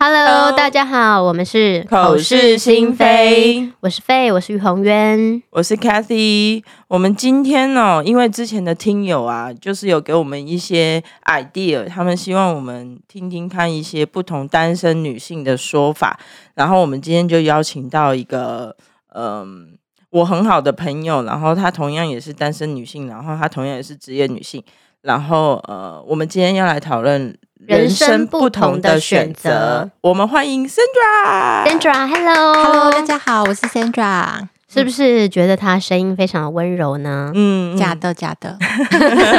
Hello，大家好，我们是口是心非，我是费，我是于红渊。我是 Cathy。我们今天哦，因为之前的听友啊，就是有给我们一些 idea，他们希望我们听听看一些不同单身女性的说法。然后我们今天就邀请到一个，嗯、我很好的朋友，然后她同样也是单身女性，然后她同样也是职业女性。然后呃，我们今天要来讨论人生不不同同的的选选择择。我们欢迎 Sandra。 Sandra，Hello， Hello，大家好，我是 Sandra。是不是觉得她声音非常的温柔呢？嗯，嗯假的，假的，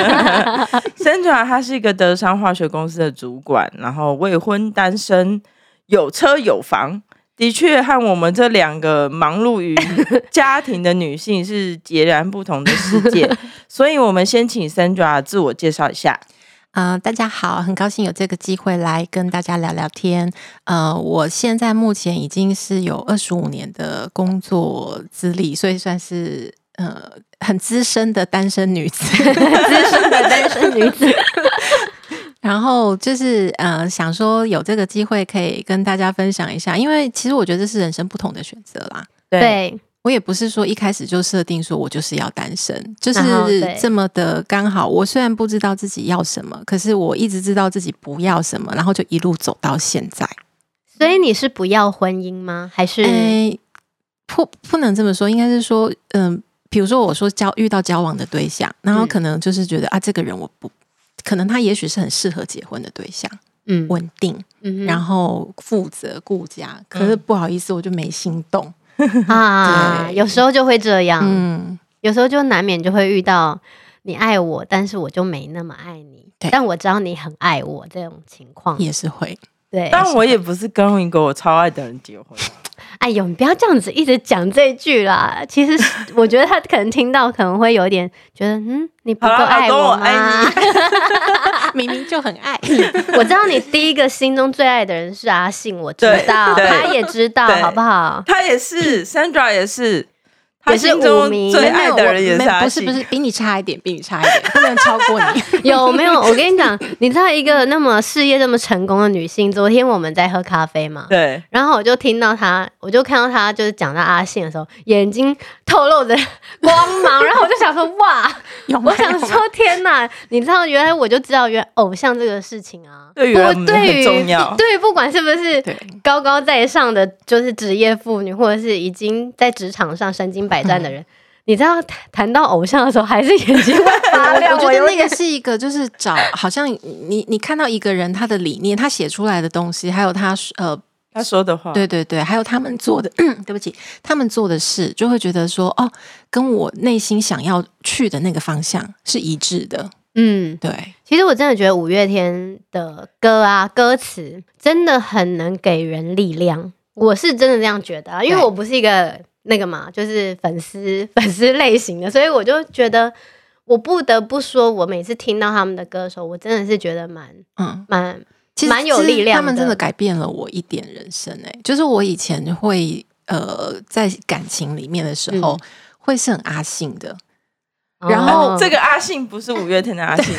Sandra 她是一个德商化学公司的主管，然后未婚单身，有车有房，的确和我们这两个忙碌于家庭的女性是截然不同的世 界。所以，我们先请 Sandra 自我介绍一下。呃，大家好，很高兴有这个机会来跟大家聊聊天。呃，我现在目前已经是有二十五年的工作资历，所以算是呃很资深的单身女子。 资深的单身女子，然后就是呃，想说有这个机会可以跟大家分享一下，因为其实我觉得这是人生不同的选择啦。对，我也不是说一开始就设定说我就是要单身，就是然后对这么的刚好。我虽然不知道自己要什么，可是我一直知道自己不要什么，然后就一路走到现在。所以你是不要婚姻吗？还是、诶，不不能这么说，应该是说，嗯、比如说我说交遇到交往的对象，然后嗯可能就是觉得、啊，这个人我不，可能他也许是很适合结婚的对象，嗯稳定，嗯然后负责顾家，可是不好意思，我就没心嗯动。哼啊，对有时候就会这样，嗯，有时候就难免就会遇到你爱我，但是我就没那么爱你，对但我知道你很爱我这种情况，也是会。对，但我也不是跟一个我超爱的人结婚啊，哎呦，你不要这样子一直讲这句啦。其实是我觉得他可能听到，可能会有点觉得，嗯，你不够好啦爱老公我吗？啊明明就很 爱，我知道你第一个心中最爱的人是阿信，我知对道，对他也知道，对好不好？他 也是，Sandra 也是，他也是心五中迷最没爱的人也是没有我阿没不是信不是，比你差一点，比你差一点，不能超过 你。有没有？我跟你讲，你知道一个那么事业这么成功的女性，昨天我们在喝咖啡嘛，对，然后我就听到她，我就看到她就是讲到阿信的时候，眼睛透露着 光芒，然后我就想说，哇，有吗 我想，说，天哪！你知道，原来我就知道，原来偶像这个事情啊， 对于不我们对于很重要 对于不管是不是对高高在上的，就是职业妇女，或者是已经在职场上身经百战的人，你知道，谈谈到偶像的时候，还是眼睛会发啊 我亮。觉有得那点个是一个，就是找，好像你你看到一个人他的理念，他写出来的东西，还有他呃，他说的话，对对对，还有他们做的， 对不起，他们做的事，就会觉得说，哦，跟我内心想要去的那个方向是一致的，嗯，对，其实我真的觉得五月天的歌啊，歌词真的很能给人力量。我是真的这样觉得啊，因为对我不是一个那个嘛，就是粉丝 粉丝类型的，所以我就觉得，我不得不说，我每次听到他们的歌的时候，我真的是觉得蛮嗯。蛮其实蛮有其实力量他们的真的改变了我一点人生诶、就是我以前会呃在感情里面的时候、会是很阿信的，然后哦这个阿信不是五月天 的阿信，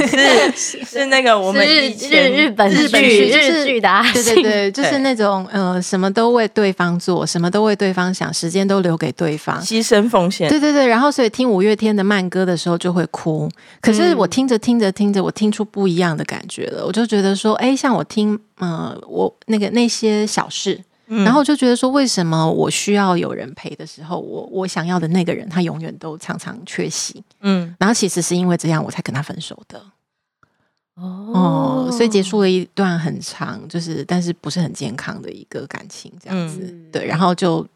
是是那个我们是以前日日本日本剧剧日剧的阿对信对对，就是对那种呃，什么都为对方做，什么都为对方想，时间都留给对方。牺牲奉献，对对对，然后所以听五月天的慢歌的时候就会哭，可是嗯我听着听着听着，我听出不一样的感觉了，我就觉得说，哎，像我听呃，我那个那些小事，嗯然后我就觉得说，为什么我需要有人陪的时候，我我想要的那个人他永远都常常缺席， 嗯，然后其实是因为这样我才跟他分手的。哦哦，所以结束了一段很长，就是但是不是很健康的一个感情这样子，嗯对，然后就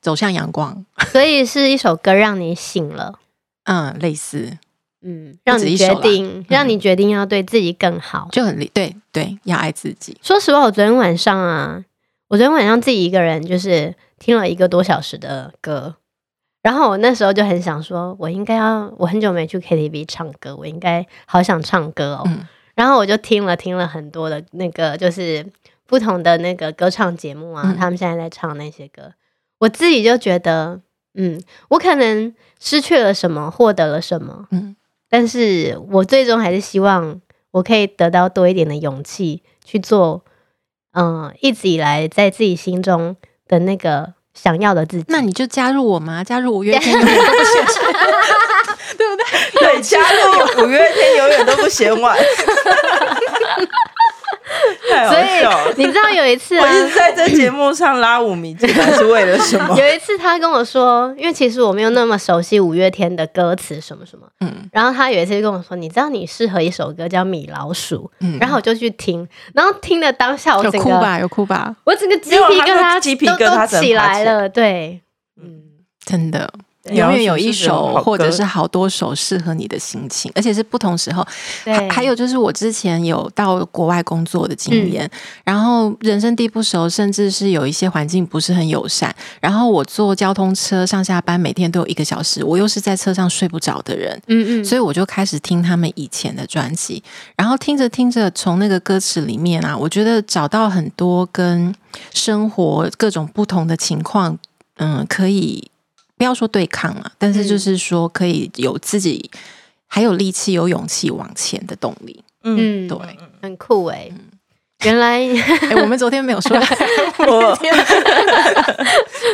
走向阳光，所以是一首歌让你醒了，嗯，类似嗯，让止你一决首啦嗯定，让你决定要对自己更好。就很理对对，要爱自己，说实话，我昨天晚上啊，我昨天晚上自己一个人就是听了一个多小时的歌，然后我那时候就很想说，我应该要，我很久没去 KTV 唱歌，我应该好想唱歌哦。嗯然后我就听了听了很多的那个，就是不同的那个歌唱节目啊，嗯他们现在在唱那些歌，我自己就觉得，嗯，我可能失去了什么，获得了什么，嗯，但是我最终还是希望我可以得到多一点的勇气去做，嗯、一直以来在自己心中的那个想要的自己。那你就加入我嘛，加入五月天永 远都不嫌弃，对不对？对，加入五月天永远都不嫌 晚，太所好笑了以。你知道有一次我啊，一直在这节目上拉五迷进来是为了什么？ 有一次他跟我说，因为其实我没有那么熟悉五月天的歌词什么什么，嗯然后他有一次就跟我说，你知道你适合一首歌叫《米老鼠》，嗯然后我就去听，然后听的当下我有整哭个吧，有哭吧，我整个鸡皮没疙有啊他瘩就鸡皮都疙都起瘩来整个爬起来了，对，嗯，真的。对永远有一好首歌或者是好多首适合你的心情，而且是不同时候。还对，还有就是我之前有到国外工作的经验，然后人生地不熟，甚至是有一些环境不是很友善，然后我坐交通车上下班，每天都有一个小时，我又是在车上睡不着的人，嗯嗯，所以我就开始听他们以前的专辑，然后听着听着，从那个歌词里面啊，我觉得找到很多跟生活各种不同的情况，嗯，可以不要说对抗嗯嘛，但是就是说可以有自己还有力气、有勇气往前的动力。嗯，嗯，对，很酷哎、 原来 哎、我们昨天没有说，我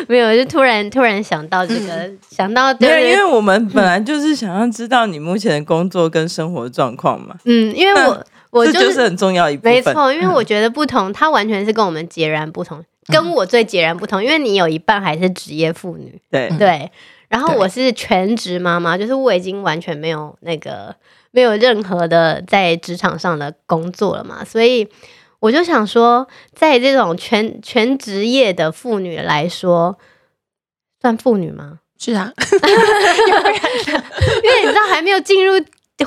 没有，就突然突然想到这个，想到嗯没对有，对因为我们本来就是想要知道你目前的工作跟生活状况嘛，嗯，因为我我这就就是很重要一部没分。嗯错，因为我觉得不同，它完全是跟我们截然不同，跟我最截然不同，因为你有一半还是职业妇女，对，对，然后嗯对我是全职妈妈，就是我已经完全没有那个没有任何的在职场上的工作了嘛，所以我就想说，在这种全全职业的妇女来说，算妇女吗？ 是啊，因为你知道还没有进入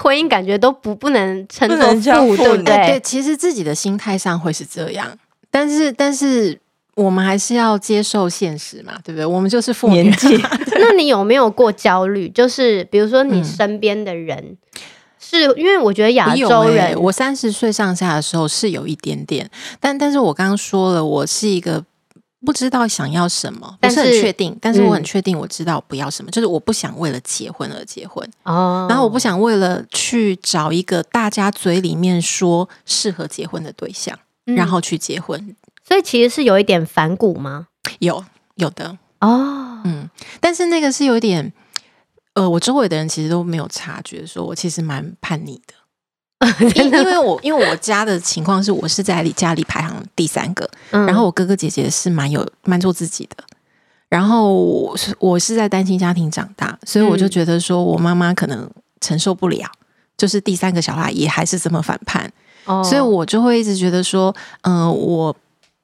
婚姻，感觉都不不能称不作能叫妇，妇对女不哎对对，？其实自己的心态上会是这样，但是但是我们还是要接受现实嘛，对不对？我们就是父母年 纪那你有没有过焦虑？就是比如说你嗯身边的人，是因为我觉得亚我有洲欸人，我三十岁上下的时候是有一点点，但但是我刚刚说了，我是一个。不知道想要什么，不但是很是确定，但是我很嗯确定我知道我不要什么，就是我不想为了结婚而结婚，哦然后我不想为了去找一个大家嘴里面说适合结婚的对象，嗯然后去结婚。所以其实是有一点反骨吗？有有的，哦，嗯，但是那个是有一点，呃，我周围的人其实都没有察觉，说我其实蛮叛逆 的。因因为我因为我家的情况是我是在里家里排行第三个，嗯然后我哥哥姐姐是蛮有蛮做自己的，然后我是我是在单亲家庭长大，所以我就嗯觉得说我妈妈可能承受不了，就是第三个小孩也还是这么反叛，哦所以我就会一直觉得说，嗯、我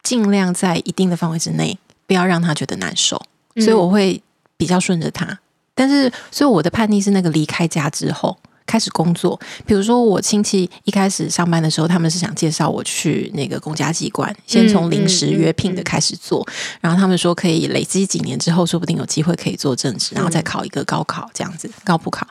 尽量在一定的范围之内，不要让他觉得难受，嗯所以我会比较顺着他。但是，所以我的叛逆是那个离开家之后开始工作。比如说，我亲戚一开始上班的时候，他们是想介绍我去那个公家机关，先从临时约聘嗯的开始做，然后他们说可以累积几年之后，说不定有机会可以做正职，然后再考一个高考这样子，高普考。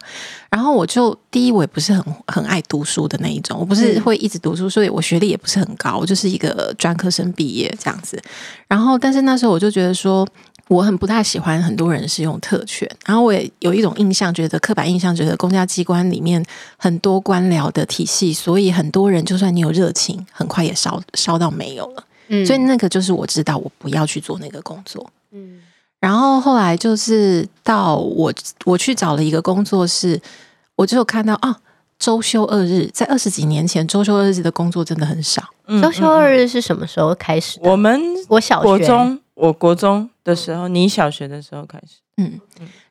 然后我就第一，我也不是很很爱读书的那一种，我不是嗯会一直读书，所以我学历也不是很高，我就是一个专科生毕业这样子。然后，但是那时候我就觉得说。我很不太喜欢很多人是用特权，然后我也有一种印象，觉得刻板印象，觉得公家机关里面很多官僚的体系，所以很多人就算你有热情，很快也烧烧到没有了。嗯所以那个就是我知道我不要去做那个工作。嗯然后后来就是到我我去找了一个工作室，我就有看到啊，周休二日，在二十几年前，周休二日的工作真的很少。周休二日是什么时候开始的？嗯我们我小国学中，我国中的时候，你小学的时候开始，嗯，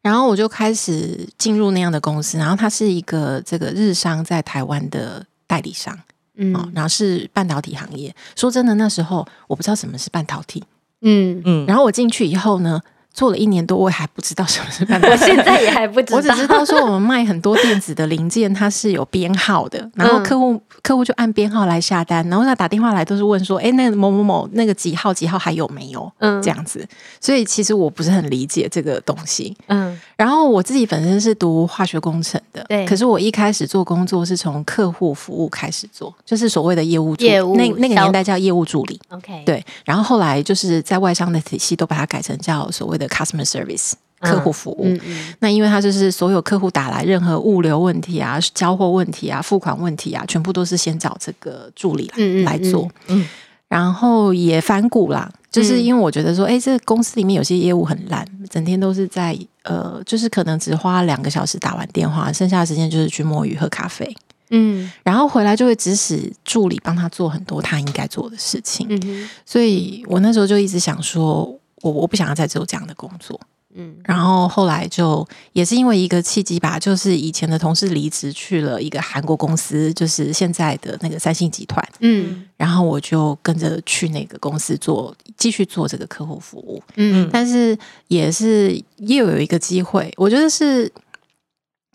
然后我就开始进入那样的公司，然后它是一个这个日商在台湾的代理商嗯哦，然后是半导体行业。说真的，那时候我不知道什么是半导体，嗯，嗯，然后我进去以后呢，做了一年多，我还不知道什么是半导我体。现在也还不知道，我只知道说我们卖很多电子的零件，它是有编号的，然嗯后客户、客户就按编号来下单，然后他打电话来都是问说，哎，那个某某某那个几号几号还有没有？嗯这样子，所以其实我不是很理解这个东西。嗯然后我自己本身是读化学工程的，对可是我一开始做工作是从客户服务开始做，就是所谓的业务助业务那那个销年代叫业务助理。 ，OK，，对，然后后来就是在外商的体系都把它改成叫所谓的 customer service，客户服务。嗯嗯，那因为它就是所有客户打来任何物流问题啊、交货问题啊、付款问题啊，全部都是先找这个助理来、嗯嗯来做。嗯然后也反骨啦，就是嗯因为我觉得说，哎、这个公司里面有些业务很烂，整天都是在呃，就是可能只花两个小时打完电话，剩下的时间就是去摸鱼、喝咖啡，嗯然后回来就会指使助理帮他做很多他应该做的事情。嗯哼所以我那时候就一直想说，我我不想要再做这样的工作。嗯然后后来就也是因为一个契机吧，就是以前的同事离职去了一个韩国公司，就是现在的那个三星集团，嗯然后我就跟着去那个公司做，继续做这个客户服务。嗯但是也是又有一个机会，我觉得是。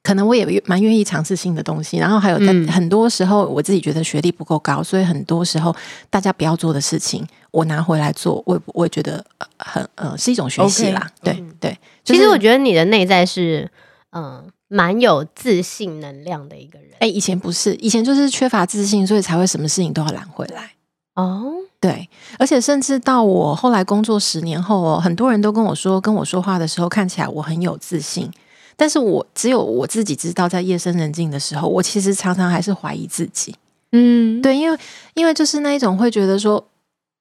可能我也蛮愿意尝试新的东西，然后还有在嗯很多时候我自己觉得学历不够高，所以很多时候大家不要做的事情，我拿回来做，我也我也觉得呃很呃是一种学习啦。 OK，对对，就嗯其是实我觉得你的内在是嗯蛮有自信能量的一个人哎、以前不是，以前就是缺乏自信，所以才会什么事情都要揽回来。哦，对，而且甚至到我后来工作十年后哦，很多人都跟我说，跟我说话的时候看起来我很有自信，但是我只有我自己知道，在夜深人静的时候，我其实常常还是怀疑自己。嗯，对，因为因为就是那一种会觉得说，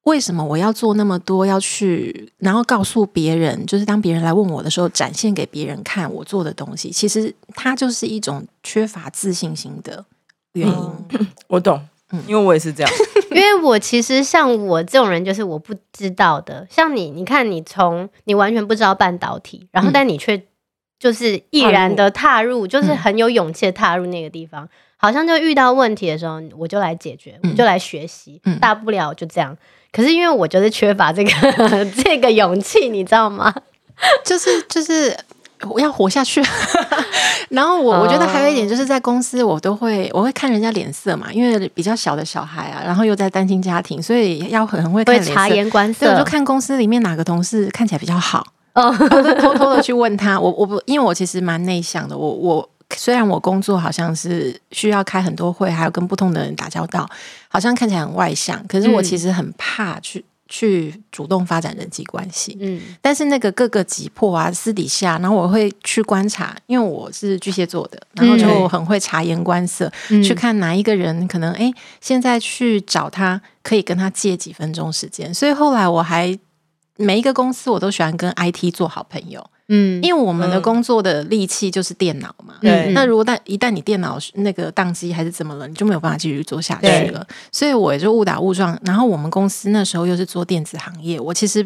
为什么我要做那么多，要去，然后告诉别人，就是当别人来问我的时候，展现给别人看我做的东西，其实它就是一种缺乏自信心的原嗯因。哦我懂嗯，因为我也是这样。因为我其实像我这种人，就是我不知道的。像你，你看你从你完全不知道半导体，然后嗯但你却就是毅然的踏入，就是很有勇气的踏入那个地方。好像就遇到问题的时候，我就来解决，嗯我就来学习，嗯大不了就这样。可是因为我就是缺乏这个 这个勇气，你知道吗？就是就是我要活下去。 然后我我觉得还有一点就是在公司，我都会我会看人家脸色嘛，因为比较小的小孩啊，然后又在单亲家庭，所以要很会看会脸色。察言观所以色，我就看公司里面哪个同事看起来比较好，哦，我就偷偷的去问他。我我不因为我其实蛮内向的，我我。虽然我工作好像是需要开很多会，还有跟不同的人打交道，好像看起来很外向，可是我嗯其实很怕去、去主动发展人际关系。嗯但是那个各个击破啊，私底下，然后我会去观察，因为我是巨蟹座的，然后就很会察言观色，嗯去看哪一个人可能哎，诶现在去找他可以跟他借几分钟时间。所以后来我还每一个公司我都喜欢跟 IT 做好朋友，嗯，因为我们的嗯工作的利器就是电脑嘛。对那如果但一旦你电脑那个宕机还是怎么了，你就没有办法继续做下去对了。所以我也就误打误撞。然后我们公司那时候又是做电子行业，我其实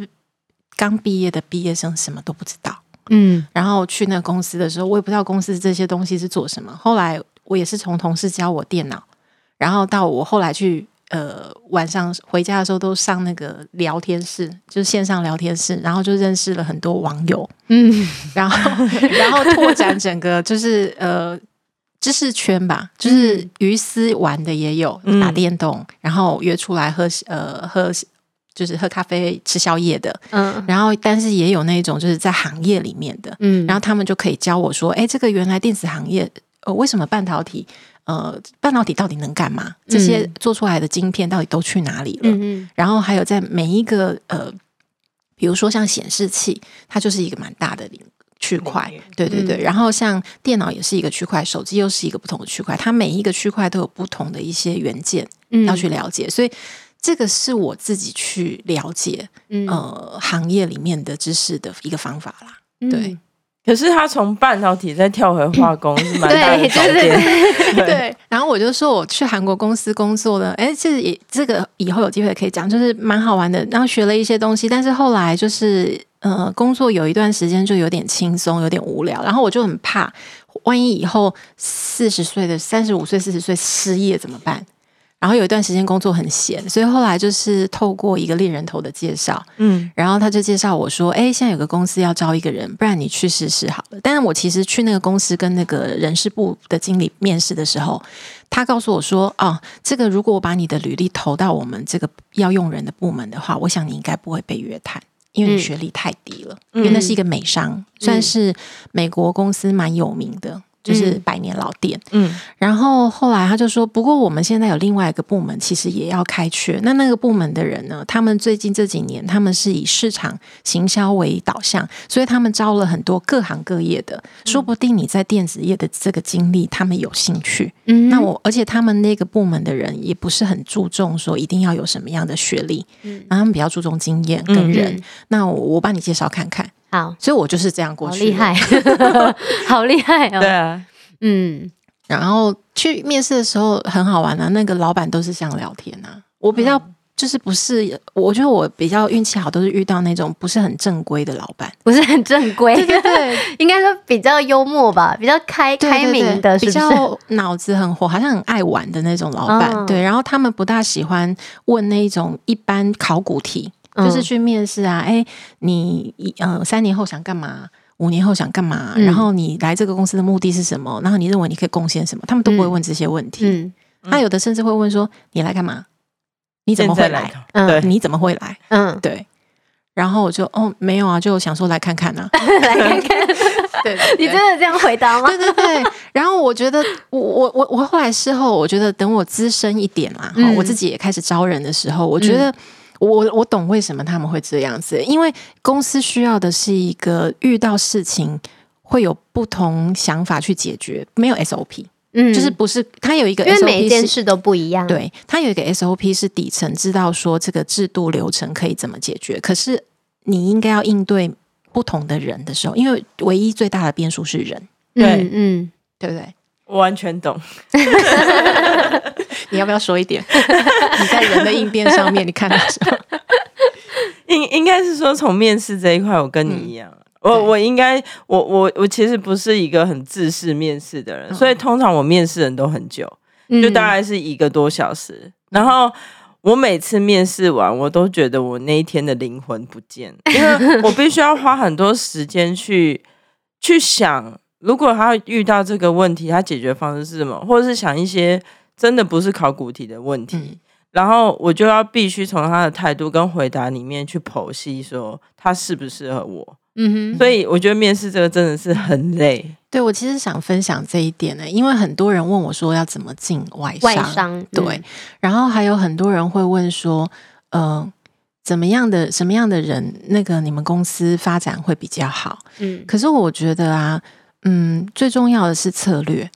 刚毕业的毕业生什么都不知道。嗯然后去那个公司的时候，我也不知道公司这些东西是做什么。后来我也是从同事教我电脑，然后到我后来去呃晚上回家的时候都上那个聊天室，就是线上聊天室，然后就认识了很多网友。嗯然 后然后拓展整个就是呃知识圈吧，嗯就是鱼丝玩的也有，嗯打电动，然后约出来喝呃喝就是喝咖啡吃宵夜的，嗯然后但是也有那种就是在行业里面的，嗯，然后后他们就可以教我说，哎，这个原来电子行业呃为什么半导体呃半导体到底能干嘛？这些嗯做出来的晶片到底都去哪里了？嗯嗯然后还有在每一个呃，比如说像显示器，它就是一个蛮大的领区块领域，对对对。嗯然后像电脑也是一个区块，手机又是一个不同的区块，它每一个区块都有不同的一些元件嗯要去了解，所以这个是我自己去了解嗯呃行业里面的知识的一个方法啦。嗯对可是他从半导体再跳回化工是蛮大的对转对对变。对，对，然后我就说我去韩国公司工作的，哎，这也这个以后有机会可以讲，就是蛮好玩的。然后学了一些东西，但是后来就是呃，工作有一段时间就有点轻松，有点无聊，然后我就很怕，万一以后四十岁的、三十五岁、四十岁失业怎么办？然后有一段时间工作很闲，所以后来就是透过一个猎人头的介绍，嗯，然后他就介绍我说：“哎，现在有个公司要招一个人，不然你去试试好了。”但是我其实去那个公司跟那个人事部的经理面试的时候，他告诉我说：“哦，这个如果我把你的履历投到我们这个要用人的部门的话，我想你应该不会被约谈，因为你嗯学历太低了。因为那是一个美商，算是美国公司蛮有名的。就是嗯百年老店。嗯，然后后来他就说，不过我们现在有另外一个部门，其实也要开缺。那那个部门的人呢，他们最近这几年他们是以市场行销为导向，所以他们招了很多各行各业的，嗯说不定你在电子业的这个经历，他们有兴趣。嗯那我而且他们那个部门的人也不是很注重说一定要有什么样的学历，嗯然后他们比较注重经验跟人。那我我帮你介绍看看，好，所以我就是这样过好去，厉害，好厉害对哦。啊，嗯，然后去面试的时候很好玩啊，那个老板都是想聊天啊。我比较嗯就是不是，我觉得我比较运气好，都是遇到那种不是很正规的老板。不是很正规，对，应该说比较幽默吧，比较开对开明的，是比不是？较脑子很活，好像很爱玩的那种老板。哦对，然后他们不大喜欢问那一种一般考古题，就是嗯去面试啊，哎、你一呃三年后想干嘛？五年后想干嘛？嗯然后你来这个公司的目的是什么？然后你认为你可以贡献什么？他们都不会嗯问这些问题。嗯他有的甚至会问说：“你来干嘛？你怎么会现在来？看？嗯对，你怎么会来嗯？”，对，然后我就哦，没有啊，就想说来看看啊。 来看看， 对，你真的这样回答吗？对对对。然后我觉得，我我我我后来事后，我觉得等我资深一点啦，哈、嗯我自己也开始招人的时候，我觉得。我我懂为什么他们会这样子，因为公司需要的是一个遇到事情会有不同想法去解决，没有 SOP，、嗯就是不是它有一个因 SOP 为每一件是事都不一样，，对，它有一个 SOP 是底层知道说这个制度流程可以怎么解决，可是你应该要应对不同的人的时候，因为唯一最大的变数是人，嗯嗯，对不对？我完全懂。你要不要说一点？ 你在人的应变上面，你看到什 么？应应该是说从面试这一块，我跟你一样。啊我对我应该我我我其实不是一个很自视面试的人，所以通常我面试人都很久，就嗯嗯大概是一个多小时。然后我每次面试完，我都觉得我那一天的灵魂不见，因为我必须要花很多时间去去想，如果他遇到这个问题，他解决方式是什么，或者是想一些真的不是考古题的问题。嗯然后我就要必须从他的态度跟回答里面去剖析，说他适不适合我。嗯哼，所以我觉得面试这个真的是很累。对我其实想分享这一点呢、因为很多人问我说要怎么进外嗯外嗯商对，，然后还有很多人会问说，呃，怎么样的什么样的人，那个你们公司发展会比较好？嗯可是我觉得啊，嗯，最重要的是策略。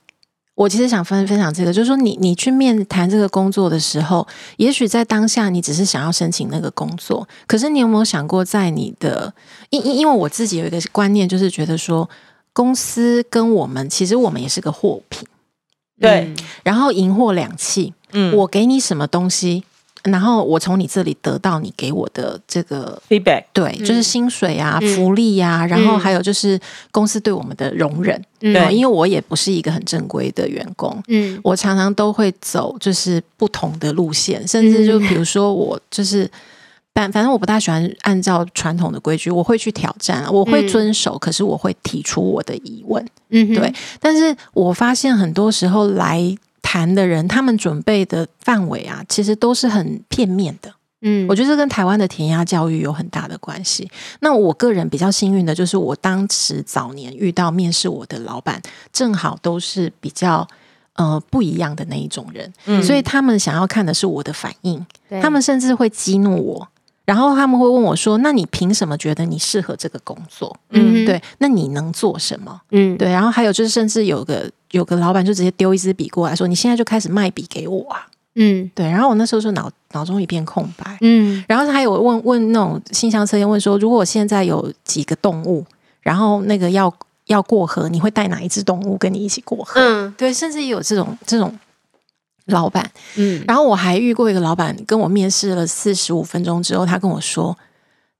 我其实想分分享这个，就是说你你去面谈这个工作的时候，也许在当下你只是想要申请那个工作，可是你有没有想过，在你的因因因为我自己有一个观念，就是觉得说公司跟我们其实我们也是个货品，对，然后银货两讫，嗯，我给你什么东西，然后我从你这里得到你给我的这个 feedback 对，就是嗯薪水啊、嗯福利呀、然后嗯还有就是公司对我们的容忍。嗯哦因为我也不是一个很正规的员工，嗯我常常都会走就是不同的路线，甚至就嗯比如说我就是。反反正我不大喜欢按照传统的规矩，我会去挑战，啊我会嗯遵守，可是我会提出我的疑问。嗯哼，对但是我发现很多时候来谈的人，他们准备的范围啊，其实都是很片面的。嗯，我觉得这跟台湾的填鸭教育有很大的关系。那我个人比较幸运的就是，我当时早年遇到面试我的老板，正好都是比较呃不一样的那一种人，嗯所以他们想要看的是我的反应，对他们甚至会激怒我。然后他们会问我说：“那你凭什么觉得你适合这个工作？嗯对，那你能做什么？嗯对。”然后还有就是，甚至有个有个老板就直接丢一支笔过来说：“你现在就开始卖笔给我啊嗯！”对。然后我那时候就脑脑中一片空白，嗯然后还有问问那种信箱测验，问说如果现在有几个动物，然后那个要要过河，你会带哪一只动物跟你一起过河？嗯对，甚至也有这种这种老板。嗯，然后我还遇过一个老板，跟我面试了四十五分钟之后，他跟我说：“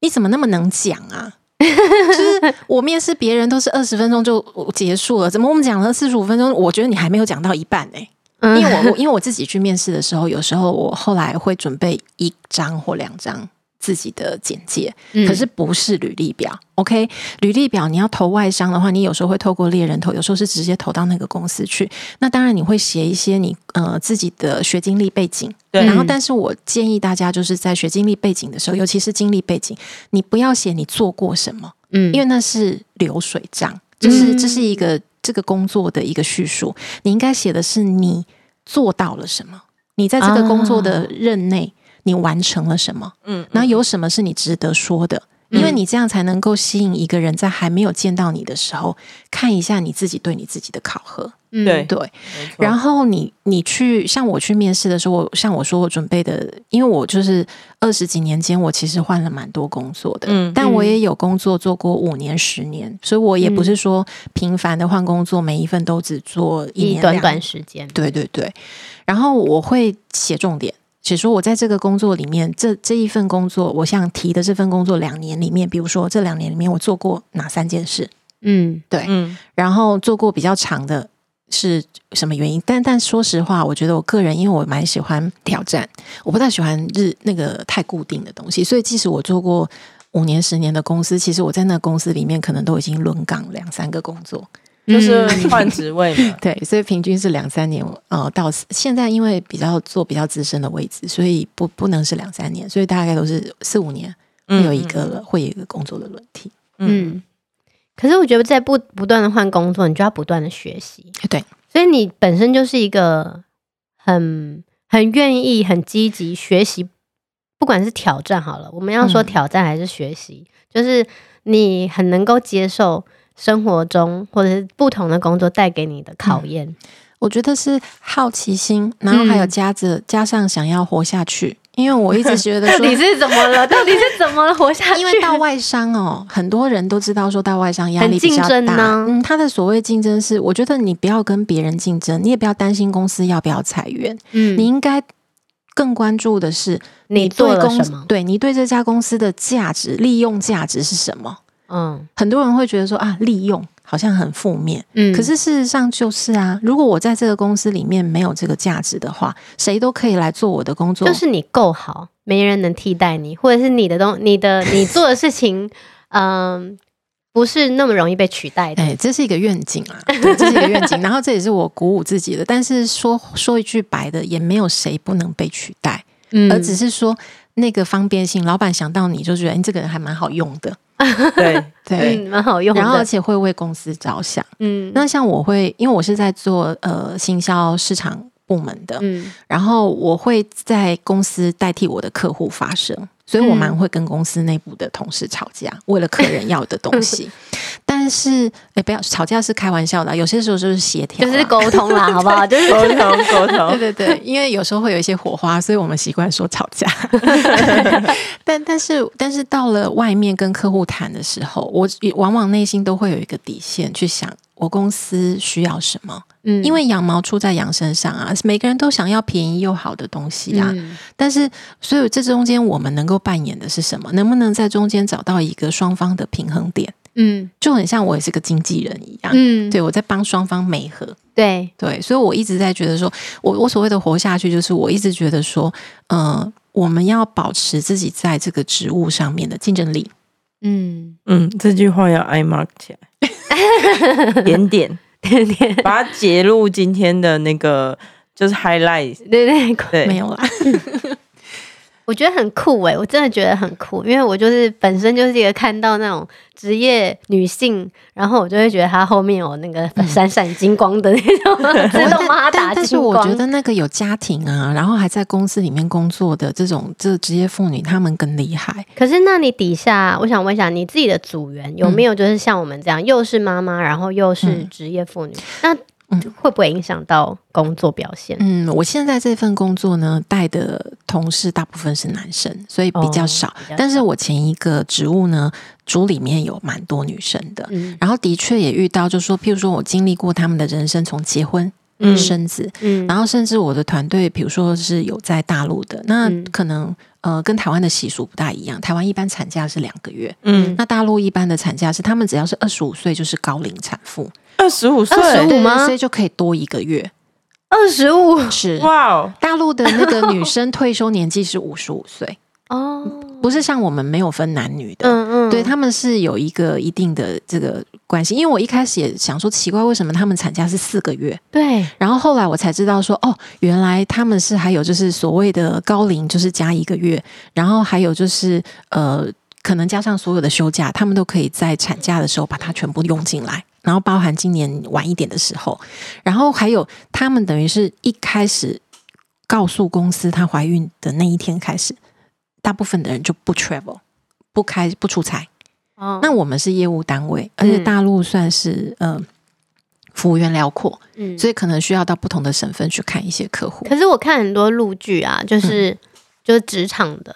你怎么那么能讲 啊？”就是我面试别人都是二十分钟就结束了，怎么我们讲了四十五分钟？我觉得你还没有讲到一半欸呢、嗯因为我我因为我自己去面试的时候，有时候我后来会准备一张或两张自己的简介，嗯可是不是履历表。OK，履历表你要投外商的话，你有时候会透过猎人投，有时候是直接投到那个公司去。那当然你会写一些你呃自己的学经历背景，嗯对嗯然后但是我建议大家就是在学经历背景的时候，尤其是经历背景，你不要写你做过什么。嗯因为那是流水账，就是嗯这是一个这个工作的一个叙述，你应该写的是你做到了什么，你在这个工作的任内、你完成了什么，啊嗯，然后有什么是你值得说的。因为你这样才能够吸引一个人在还没有见到你的时候，看一下你自己对你自己的考核。嗯对对，没错然后你你去像我去面试的时候，我像我说我准备的，因为我就是二十几年间，我其实换了蛮多工作的，嗯但我也有工作做过五年、十年，所以我也嗯不是说频繁的换工作，每一份都只做一一年短两短时间，对对对，然后我会写重点，写说我在这个工作里面，这这一份工作，我想提的这份工作两年里面，比如说这两年里面我做过哪三件事，嗯嗯然后做过比较长的是什么原因？但但说实话，我觉得我个人因为我蛮喜欢挑战，我不太喜欢日那个太固定的东西，所以即使我做过五年、十年的公司，其实我在那个公司里面可能都已经轮岗两三个工作，就是嗯换职位嘛， 对，所以平均是两三年，呃，到现在因为比较做比较资深的位置，所以不不能是两三年，所以大概都是四五年会嗯有一个、会有一个工作的轮替。嗯嗯。可是我觉得在不不断的换工作，你就要不断的学习，对，所以你本身就是一个很很愿意、很积极学习，不管是挑战好了，我们要说嗯挑战还是学习，就是你很能够接受生活中或者是不同的工作带给你的考验。我觉得是好奇心，然后还有嗯加着、加上想要活下去，因为我一直觉 得说，你是怎么了？嗯到底是怎么了活下去？因为到外商哦，很多人都知道说到外商压力比较很竞争大。呢嗯，他的所谓竞争是，我觉得你不要跟别人竞争，你也不要担心公司要不要裁员，嗯你应该更关注的是对你做了公什司么？对你对这家公司的价值、利用价值是什么？嗯很多人会觉得说啊，利用好像很负面，嗯，可是事实上就是啊，如果我在这个公司里面没有这个价值的话，谁都可以来做我的工作。就是你够好，没人能替代你，或者是你的东、你的、你做的事情，嗯、不是那么容易被取代的。哎，这是一个愿景啊，对这是一个愿景。然后这也是我鼓舞自己的。但是说说一句白的，也没有谁不能被取代，嗯而只是说那个方便性，老板想到你就觉得，哎，这个人还蛮好用的，对，对。嗯，蛮好用的。然后，而且会为公司着想。嗯，那像我会，因为我是在做呃行销市场部门的，嗯然后我会在公司代替我的客户发声，所以我蛮会跟公司内部的同事吵架，嗯为了客人要的东 西。但是，哎，不要吵架是开玩笑的啊，有些时候就是协调就啊，是沟通 啦，好不好？就是沟通沟对通，对 对，因为有时候会有一些火花，所以我们习惯说吵架。但但是但是到了外面跟客户谈的时候，我往往内心都会有一个底线，去想我公司需要什么，嗯因为羊毛出在羊身上啊，每个人都想要便宜又好的东西啊。嗯但是，所以这中间我们能够扮演的是什么？能不能在中间找到一个双方的平衡点？嗯就很像我也是个经纪人一样，嗯，对我在帮双方媒合。对，对，所以我一直在觉得说，我我所谓的活下去，就是我一直觉得说，呃，我们要保持自己在这个职务上面的竞争力。嗯， 嗯，这句话要挨 mark 起 来，点点，对对把它截入今天的那个就是 highlight，对对，对，没有 啦，我觉得很酷欸诶、我真的觉得很酷，因为我就是本身就是一个看到那种职业女性，然后我就会觉得她后面有那个闪闪金光的那种，自动帮但她打但但是金我光。觉得那个有家庭啊，然后还在公司里面工作的这种这职业妇女，她们更厉害。可是，那你底下，我想问一下，你自己的组员有没有就是像我们这样，又是妈妈，然后又是嗯职业妇女？那嗯会不会影响到工作表现？嗯，我现在这份工作呢，带的同事大部分是男生，所以比较哦少。比较但是我前一个职务呢，组里面有蛮多女生的，嗯然后的确也遇到，就说，譬如说我经历过他们的人生，从结婚、嗯生子，嗯然后甚至我的团队，比如说是有在大陆的，那嗯可能呃跟台湾的习俗不大一样，台湾一般产假是两个月，嗯，那大陆一般的产假是他们只要是二十五岁就是高龄产妇，二十五岁， 25对吗所以就可以多一个月，二十五是哇哦，大陆的那个女生退休年纪是五十五 岁，哦，不是像我们没有分男女的，嗯嗯，对，他们是有一个一定的这个关系。因为我一开始也想说奇怪，为什么他们产假是四个月？对，然后后来我才知道说，哦，原来他们是还有就是所谓的高龄，就是加一个月，然后还有就是呃，可能加上所有的休假，他们都可以在产假的时候把它全部用进来。然后包含今年晚一点的时候，然后还有他们等于是一开始告诉公司她怀孕的那一天开始，大部分的人就不 travel，不开不出差。哦，那我们是业务单位，而且大陆算是呃服务员辽阔，嗯所以可能需要到不同的省份去看一些客户。可是我看很多陆剧啊，就是、嗯就是职场的，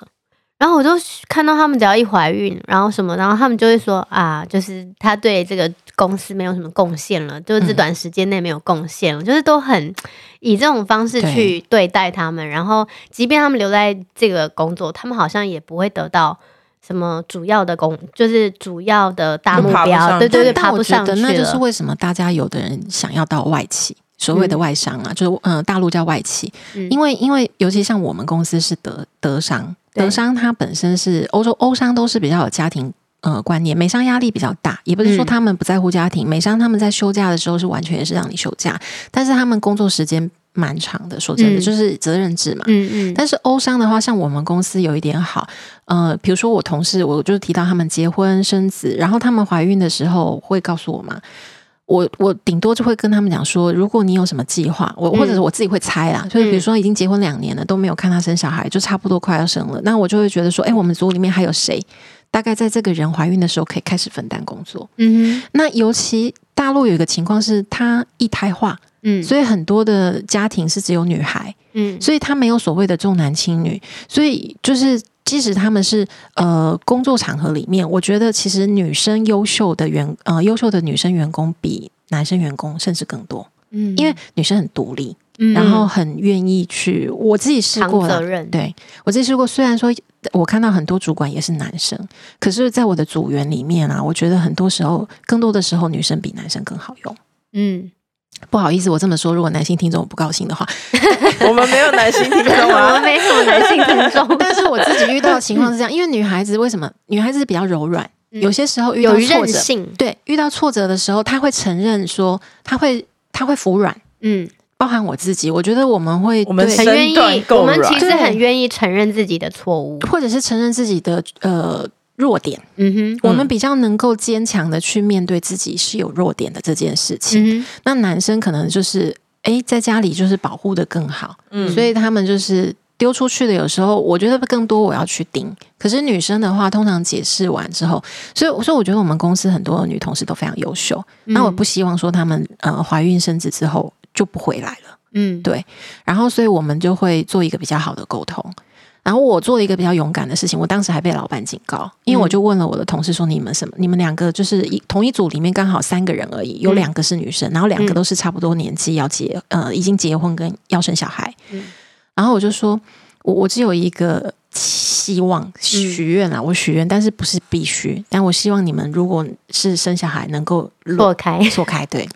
然后我都看到他们只要一怀孕，然后什么，然后他们就会说啊，就是他对这个公司没有什么贡献了，就是这嗯短时间内没有贡献了，就是都很以这种方式对去对待他们，然后即便他们留在这个工作，他们好像也不会得到。什么主要的工就是主要的大就目爬不上标，对去对对，但爬我不觉上去得了。那就是为什么大家有的人想要到外企，所谓的外商啊，就是嗯、呃大陆叫外企，嗯因为因为尤其像我们公司是德德商，对德商它本身是欧洲欧商都是比较有家庭。呃，观念美商压力比较大，也不是说嗯他们不在乎家庭，美商他们在休假的时候是完全也是让你休假，但是他们工作时间蛮长的，说真的，嗯就是责任制嘛。嗯嗯，但是欧商的话，像我们公司有一点好，呃，比如说我同事，我就提到他们结婚生子，然后他们怀孕的时候会告诉我嘛。我我顶多就会跟他们讲说，如果你有什么计划，我嗯或者是我自己会猜啦，就是比如嗯说已经结婚两年了都没有看他生小孩，就差不多快要生了，那我就会觉得说，哎、我们组里面还有谁，大概在这个人怀孕的时候可以开始分担工作。嗯哼那尤其大陆有一个情况是，她一胎化，嗯所以很多的家庭是只有女孩，嗯所以他没有所谓的重男轻女，所以就是。即使他们是呃工作场合里面，我觉得其实女生优秀的员呃优秀的女生员工比男生员工甚至更多，嗯因为女生很独立，嗯然后很愿意去。我自己试扛过责了，任，对我自己试过。虽然说我看到很多主管也是男生，可是，在我的组员里面啊，我觉得很多时候更多的时候女生比男生更好用。嗯，不好意思，我这么说，如果男性听众我不高兴的话，我们没有男性听众我啊 们。没什么男性听众， 但是我自己遇到的情况是这样，因为女孩子为什么女孩子比较柔软，嗯有些时候遇到 有挫韧折，性，对，遇到挫折的时候，她会承认说，她会她会服软，嗯，包含我自己，我觉得我们会我们对很愿身段意，够我们软其实对很愿意承认自己的错误，或者是承认自己的呃弱点，嗯哼，我们比较能够坚强的去面对自己是有弱点的这件事情。嗯哼，那男生可能就是诶，在家里就是保护的更好，嗯所以他们就是丢出去的。有时候我觉得更多我要去盯，可是女生的话，通常解释完之后，所以所以我觉得我们公司很多的女同事都非常优秀。那我嗯不希望说她们呃怀孕生子之后就不回来了，嗯，嗯，对然后所以我们就会做一个比较好的沟通。然后我做了一个比较勇敢的事情，我当时还被老板警告，因嗯为我就问了我的同事说：“你们什么？你们两个就是一同一组里面刚好三个人而已，有嗯两个是女生，然后两个嗯都是差不多年纪要结呃已经结婚跟要生小孩。”嗯然后我就说，我我只有一个希望嗯许愿啦，我许愿，但是不是必须，但我希望你们如果是生小孩，能够错开，错开， 对。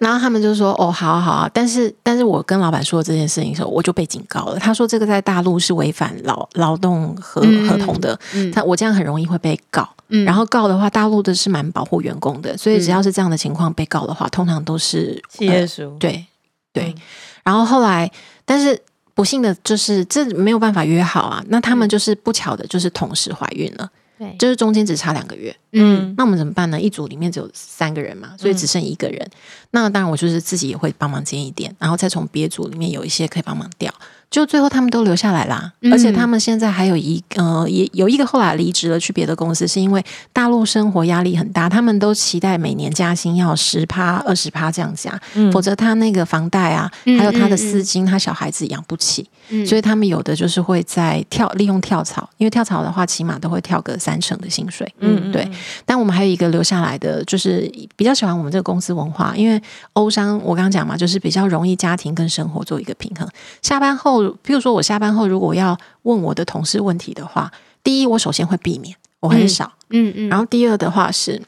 然后他们就说：“哦，好啊好啊。”但是，但是我跟老板说这件事情的时候，我就被警告了。他说：“这个在大陆是违反劳劳动合嗯合同的。嗯他我这样很容易会被告。嗯然后告的话，大陆的是蛮保护员工的，所以只嗯要是这样的情况被告的话，通常都是企业书，对对、嗯然后后来，但是不幸的就是这没有办法约好啊。那嗯他们就是不巧的，就是同时怀孕了，对，就是中间只差两个月。嗯那我们怎么办呢？一组里面只有三个人嘛，所以只剩一个人。那当然，我就是自己也会帮忙兼一点，然后再从别组里面有一些可以帮忙调。就最后他们都留下来啦，嗯而且他们现在还有一呃，也有一个后来离职了去别的公司，是因为大陆生活压力很大，他们都期待每年加薪要十趴、二十趴这样加，嗯否则他那个房贷啊，嗯还有他嗯的嗯私金，他小孩子养不起，嗯所以他们有的就是会在跳利用跳槽，因为跳槽的话起码都会跳个三成的薪水，嗯对，但我们还有一个留下来的，就是比较喜欢我们这个公司文化，因为欧商我刚刚讲嘛，就是比较容易家庭跟生活做一个平衡。下班后，比如说我下班后如果要问我的同事问题的话，第一我首先会避免，我很少；嗯嗯，然后第二的话是，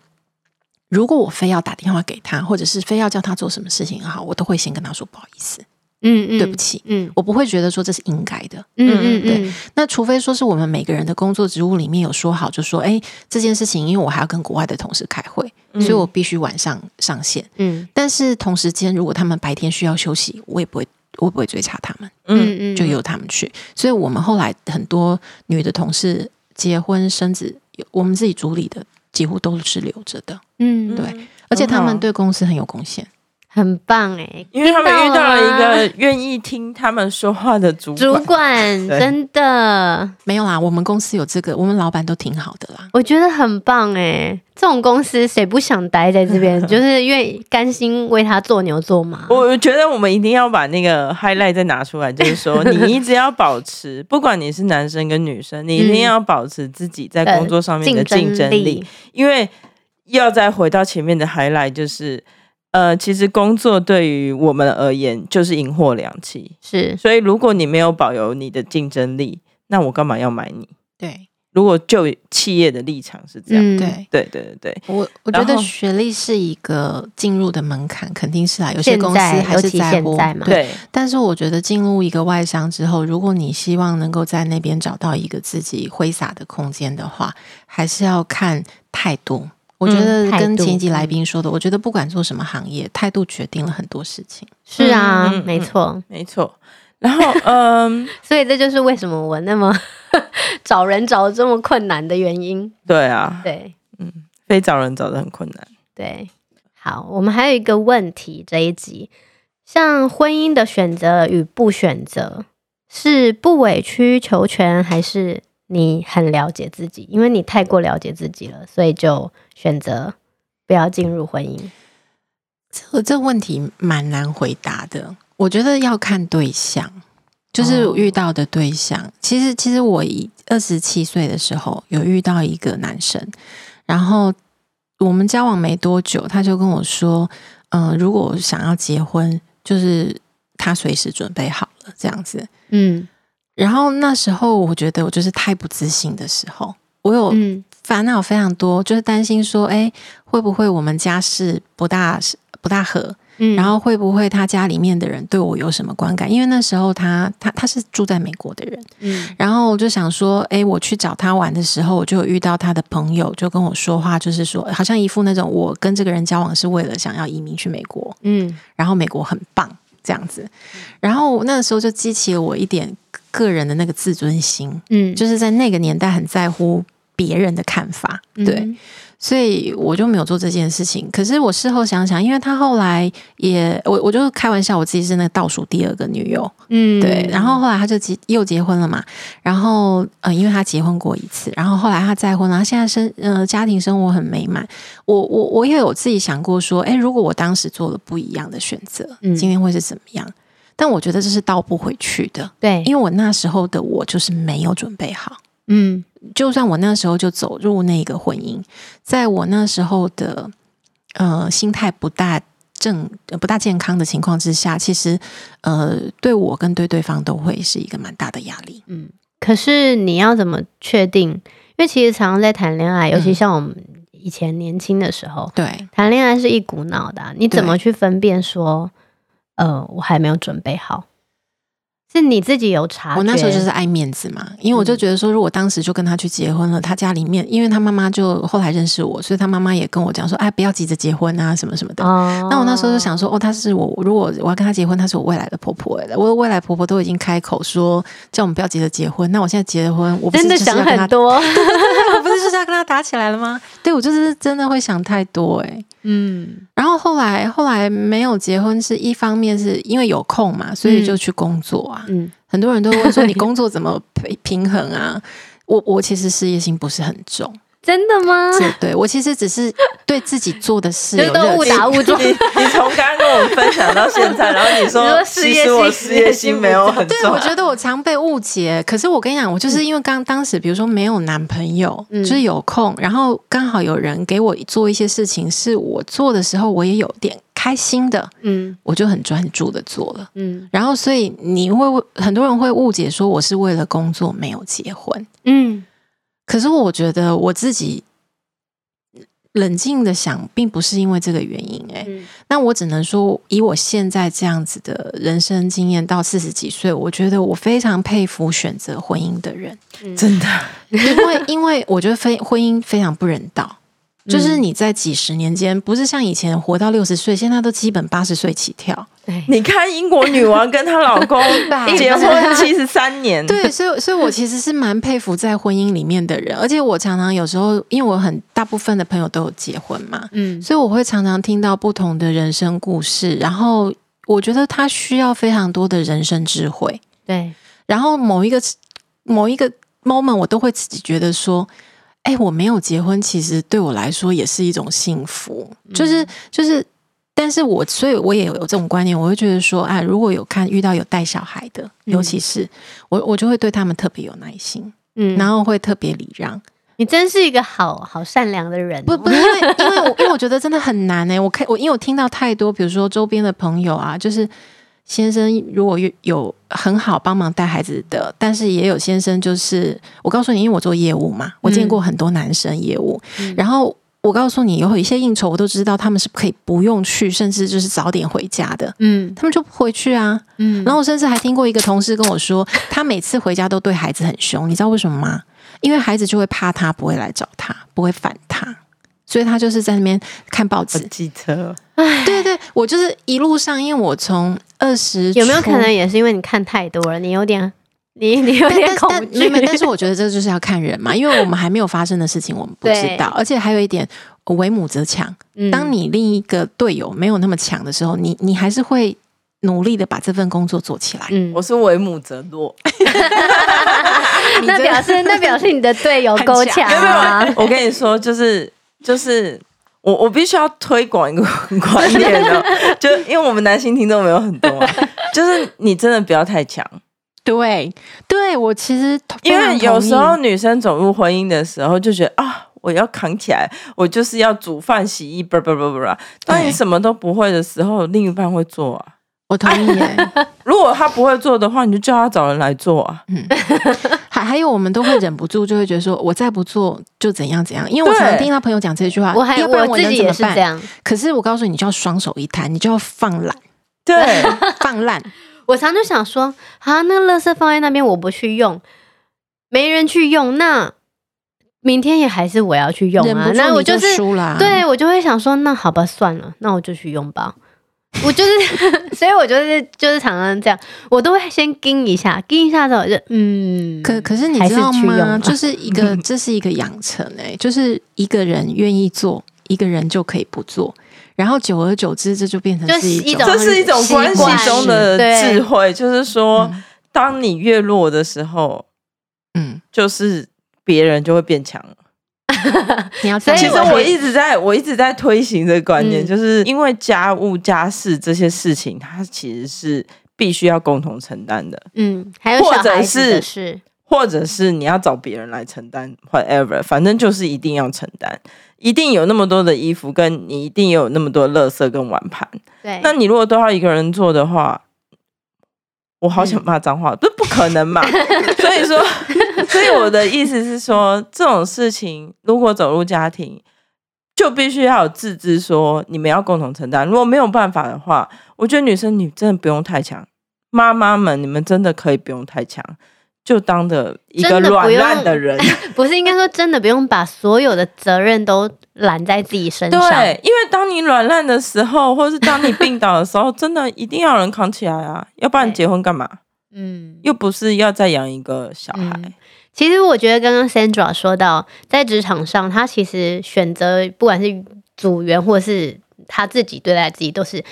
如果我非要打电话给他，或者是非要叫他做什么事情也好，我都会先跟他说不好意思，嗯嗯，对不，起。嗯我不会觉得说这是应该的，嗯嗯对嗯，那除非说是我们每个人的工作职务里面有说好，就说哎这件事情，因为我还要跟国外的同事开会，所以我必须晚上上线。嗯但是同时间，如果他们白天需要休息，我也不会，我也不会追查他们，嗯嗯，就由他们去。所以我们后来很多女的同事结婚生子，有我们自己组里的几乎都是留着的，嗯，嗯对，对，而且他们对公司很有贡献。很棒哎，因为他们遇到了一吗个愿意听他们说话的主主管。管， 对真的，没有啦，我们公司有这个，我们老板都挺好的啦。我觉得很棒哎，这种公司谁不想待在这 边？就是愿意甘心为他做牛做马。我我觉得我们一定要把那个 highlight 再拿出来，就是 说，你一直要保持，不管你是男生跟女生，你一定要保持自己在工作上面的嗯竞争力，因为要再回到前面的 highlight，就是，呃，其实工作对于我们而言就是赢货两期，是所以如果你没有保有你的竞争力，那我干嘛要买你？对如果就企业的立场是这样，嗯，对，对对对对，我我觉然得后学历是一个进入的门槛，肯定是啦。有些现公司在还尤是其在现乎在嘛对，对但是我觉得进入一个外商之后，如果你希望能够在那边找到一个自己挥洒的空间的话，还是要看态度。我觉得嗯态跟度前一集来宾说的，我觉得不管做什么行业，态度决定了很多事情。是啊，嗯嗯嗯没错。没错。然后，嗯，所以这就是为什么我那么 找人找得这么困难的原因。对啊， 对非找人找的很困难。对，好，我们还有一个问题这一集，像婚姻的选择与不选择，是不委曲求全，还是你很了解自己？因为你太过了解自己了，所以就选择不要进入婚姻。这个这问题蛮难回答的，我觉得要看对象，就是哦遇到的对象。其实，其实我一二十七岁的时候有遇到一个男生，然后我们交往没多久，他就跟我说：“嗯、如果我想要结婚，就是他随时准备好了这样子。嗯”然后那时候我觉得我就是太不自信的时候，我有嗯烦恼非常多，就是担心说：“哎，会不会我们家世不大不大合？”嗯然后会不会他家里面的人对我有什么观感？因为那时候他他他是住在美国的人，嗯然后我就想说，诶，我去找他玩的时候，我就有遇到他的朋友，就跟我说话，就是说好像一副那种我跟这个人交往是为了想要移民去美国，嗯然后美国很棒这样子，然后那时候就激起了我一点个人的那个自尊心，嗯，就是在那个年代很在乎别人的看法，对。嗯所以我就没有做这件事情。可是我事后想想，因为他后来也，我我就开玩笑，我自己是那个倒数第二个女友，嗯对。然后后来他就结又结婚了嘛，然后呃，因为他结婚过一次，然后后来他再婚了，他现在生呃家庭生活很美满。我我我也有自己想过说，诶，如果我当时做了不一样的选择，嗯今天会是怎么样？但我觉得这是倒不回去的，对，因为我那时候的我就是没有准备好。嗯就算我那时候就走入那个婚姻，在我那时候的呃心态不大正、呃不大健康的情况之下，其实呃对我跟对对方都会是一个蛮大的压力。嗯，可是你要怎么确定？因为其实常常在谈恋爱，尤其嗯像我们以前年轻的时候，对谈恋爱是一股脑的啊、你怎么去分辨说，呃，我还没有准备好？是你自己有察觉？我那时候就是爱面子嘛，因为我就觉得说，如果当时就跟他去结婚了，他家里面，因为他妈妈就后来认识我，所以他妈妈也跟我讲说，哎，不要急着结婚啊，什么什么的。哦那我那时候就想说，哦，她是我如果我要跟她结婚，她是我未来的婆婆哎、我的未来婆婆都已经开口说叫我们不要急着结婚，那我现在结了婚，我不是真的就是要想跟她很，多，我 不是就是要跟她打起来了吗？对，我就是真的会想太多哎、嗯然后后来后来没有结婚，是一方面是因为有空嘛，所以就去工作啊。嗯很多人都问说你工作怎么平平衡啊？我我其实事业心不是很 重，真的吗？这对我其实只是对自己做的事就有都热误情打误撞，你你从刚刚跟我们分享到现在，然后你你说说事其业实我心事业心没有很对，重我，觉得我常被误解。可是我跟你讲，我就是因为刚当时，比如说没有男朋友，嗯就是有空，然后刚好有人给我做一些事情，是我做的时候我也有点开心的，嗯我就很专注的做了。嗯然后，所以你会很多人会误解说我是为了工作没有结婚，嗯可是我觉得我自己冷静的想，并不是因为这个原因、欸，嗯那我只能说，以我现在这样子的人生经验，到四十几岁，我觉得我非常佩服选择婚姻的人，嗯，真的因为因为我觉得非婚姻非常不人道。就是你在几十年间，不是像以前活到六十岁，现在都基本八十岁起跳。对，你看英国女王跟她老 公吧啊结婚七十三年，对，所以所以我其实是蛮佩服在婚姻里面的人，而且我常常有时候，因为我很大部分的朋友都有结婚嘛，嗯，所以我会常常听到不同的人生故事，然后我觉得他需要非常多的人生智慧，对，然后某一个某一个 moment，我都会自己觉得说。哎，我没有结婚，其实对我来说也是一种幸福。就是就是，但是我所以我也有这种观念，我会觉得说，啊，如果有看遇到有带小孩的，尤其是我，我就会对他们特别有耐心，嗯，然后会特别礼让。你真是一个好好善良的人哦、不不，因为因为我因为我觉得真的很难哎、我看我因为我听到太多，比如说周边的朋友啊，就是先生如果有有很好帮忙带孩子的，但是也有先生就是我告诉你，因为我做业务嘛，我见过很多男生业务，然后。我告诉你，有一些应酬我都知道他们是可以不用去，甚至就是早点回家的，嗯他们就不回去啊。嗯，然后我甚至还听过一个同事跟我说，他每次回家都对孩子很凶，你知道为什么吗？因为孩子就会怕他不会来找他，不会烦他，所以他就是在那边看报我纸。记得呃 对对，我就是一路上，因为我从二十有没有可能也是因为你看太多了，你有点， 你你有但点但恐但惧没，有，但是我觉得这就是要看人嘛，因为我们还没有发生的事情，我们不知对道。而且还有一点，为母则强。嗯当你另一个队友没有那么强的时候，你你还是会努力的把这份工作做起来。嗯我，是为母则弱，那表 示那表示你的队友很够强强 没有没啊有，，我跟你说，就是就是。我我必须要推广一个观念哦，就因为我们男性听众没有很多嘛，就是你真的不要太强，对，对我其实非因常为有同意时候女生走入婚姻的时候就觉得啊，我要扛起来，我就是要煮饭、洗衣，不不不不不。当你对什么都不会的时候，另一半会做啊。我同意耶。 如果他不会做的话，你就叫他找人来做啊。还还有，我们都会忍不住就会觉得说，我再不做就怎样怎样。因为我对常听到朋友讲这句话，我还啊要不然我自能己怎也么是这办？样，可是我告诉你，你就要双手一摊，你就要放 懒，对，放烂。我常就想说，啊，那个垃圾放在那边，我不去用，没人去用，那明天也还是我要去用忍啊不，那住我。你就是输啦。对，我就会想说，那好吧，算了，那我就去用吧。我就是， 所以我就是就是常常这样，我都会先盯一下，盯一下之后我就嗯，可可是你还知道去用吗？了就是一 个，这是一个养成哎、就是一个人愿意做，一个人就可以不做，然后久而久之，这就变成就是是一种种 这是一种习关惯系中的对智慧，就是说，当你越弱的时候，嗯，就是别人就会变强了。你要所以其实我我一直在我一直在推行这个观念，嗯就是因为家务家事这些事情，它其实是必须要共同承担的，嗯，还有小或者孩子的是事，或者是你要找别人来承担，whatever，反正就是一定要承担。一定有那么多的衣服，跟你一定有那么多垃圾跟碗盘。对，那你如果都要一个人做的话，我好嗯想骂脏话，这、不可 能嘛。所以说，所以我的意思是说，这种事情如果走入家庭，就必须要有自知说你们要共同承担。如果没有办法的话，我觉得女生你真的不用太强，妈妈们你们真的可以不用太强。就当的一个真的不软用烂 的人，不是应该说真的不用把所有的责任都揽在自己身上，对，因为当你软烂的时候，或是当你病倒的时候，真的一定要有人扛起来啊，要不然对结婚干嘛？嗯。又不是要再养一个小孩。嗯其实我觉得刚刚 Sandra 说到，在职场上，他其实选择不管是组员或是他自己对待自己，都是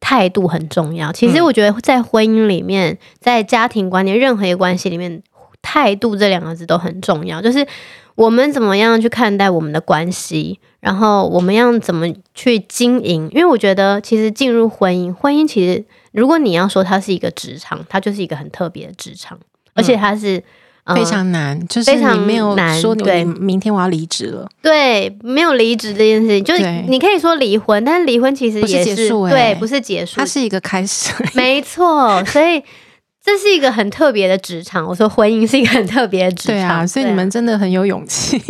态度很重要。其嗯实我觉得在婚姻里面，在家庭观念任何一个关系里面，态度这两个字都很重要。就是我们怎么样去看待我们的关系，然后我们要怎么去经营。因为我觉得，其实进入婚姻，婚姻其实如果你要说它是一个职场，它就是一个很特别的职场，而且它是。呃嗯非常难，就是非你常没有难说你对明天我要离职了，对，没有离职这件事情，就是对你可以说离婚，但是离婚其实不是也结是束欸对，不是结束它，是一个开始。没错。所以这是一个很特别的职场。我说婚姻是一个很特别的职场， 对啊，所以你们真的很有勇气。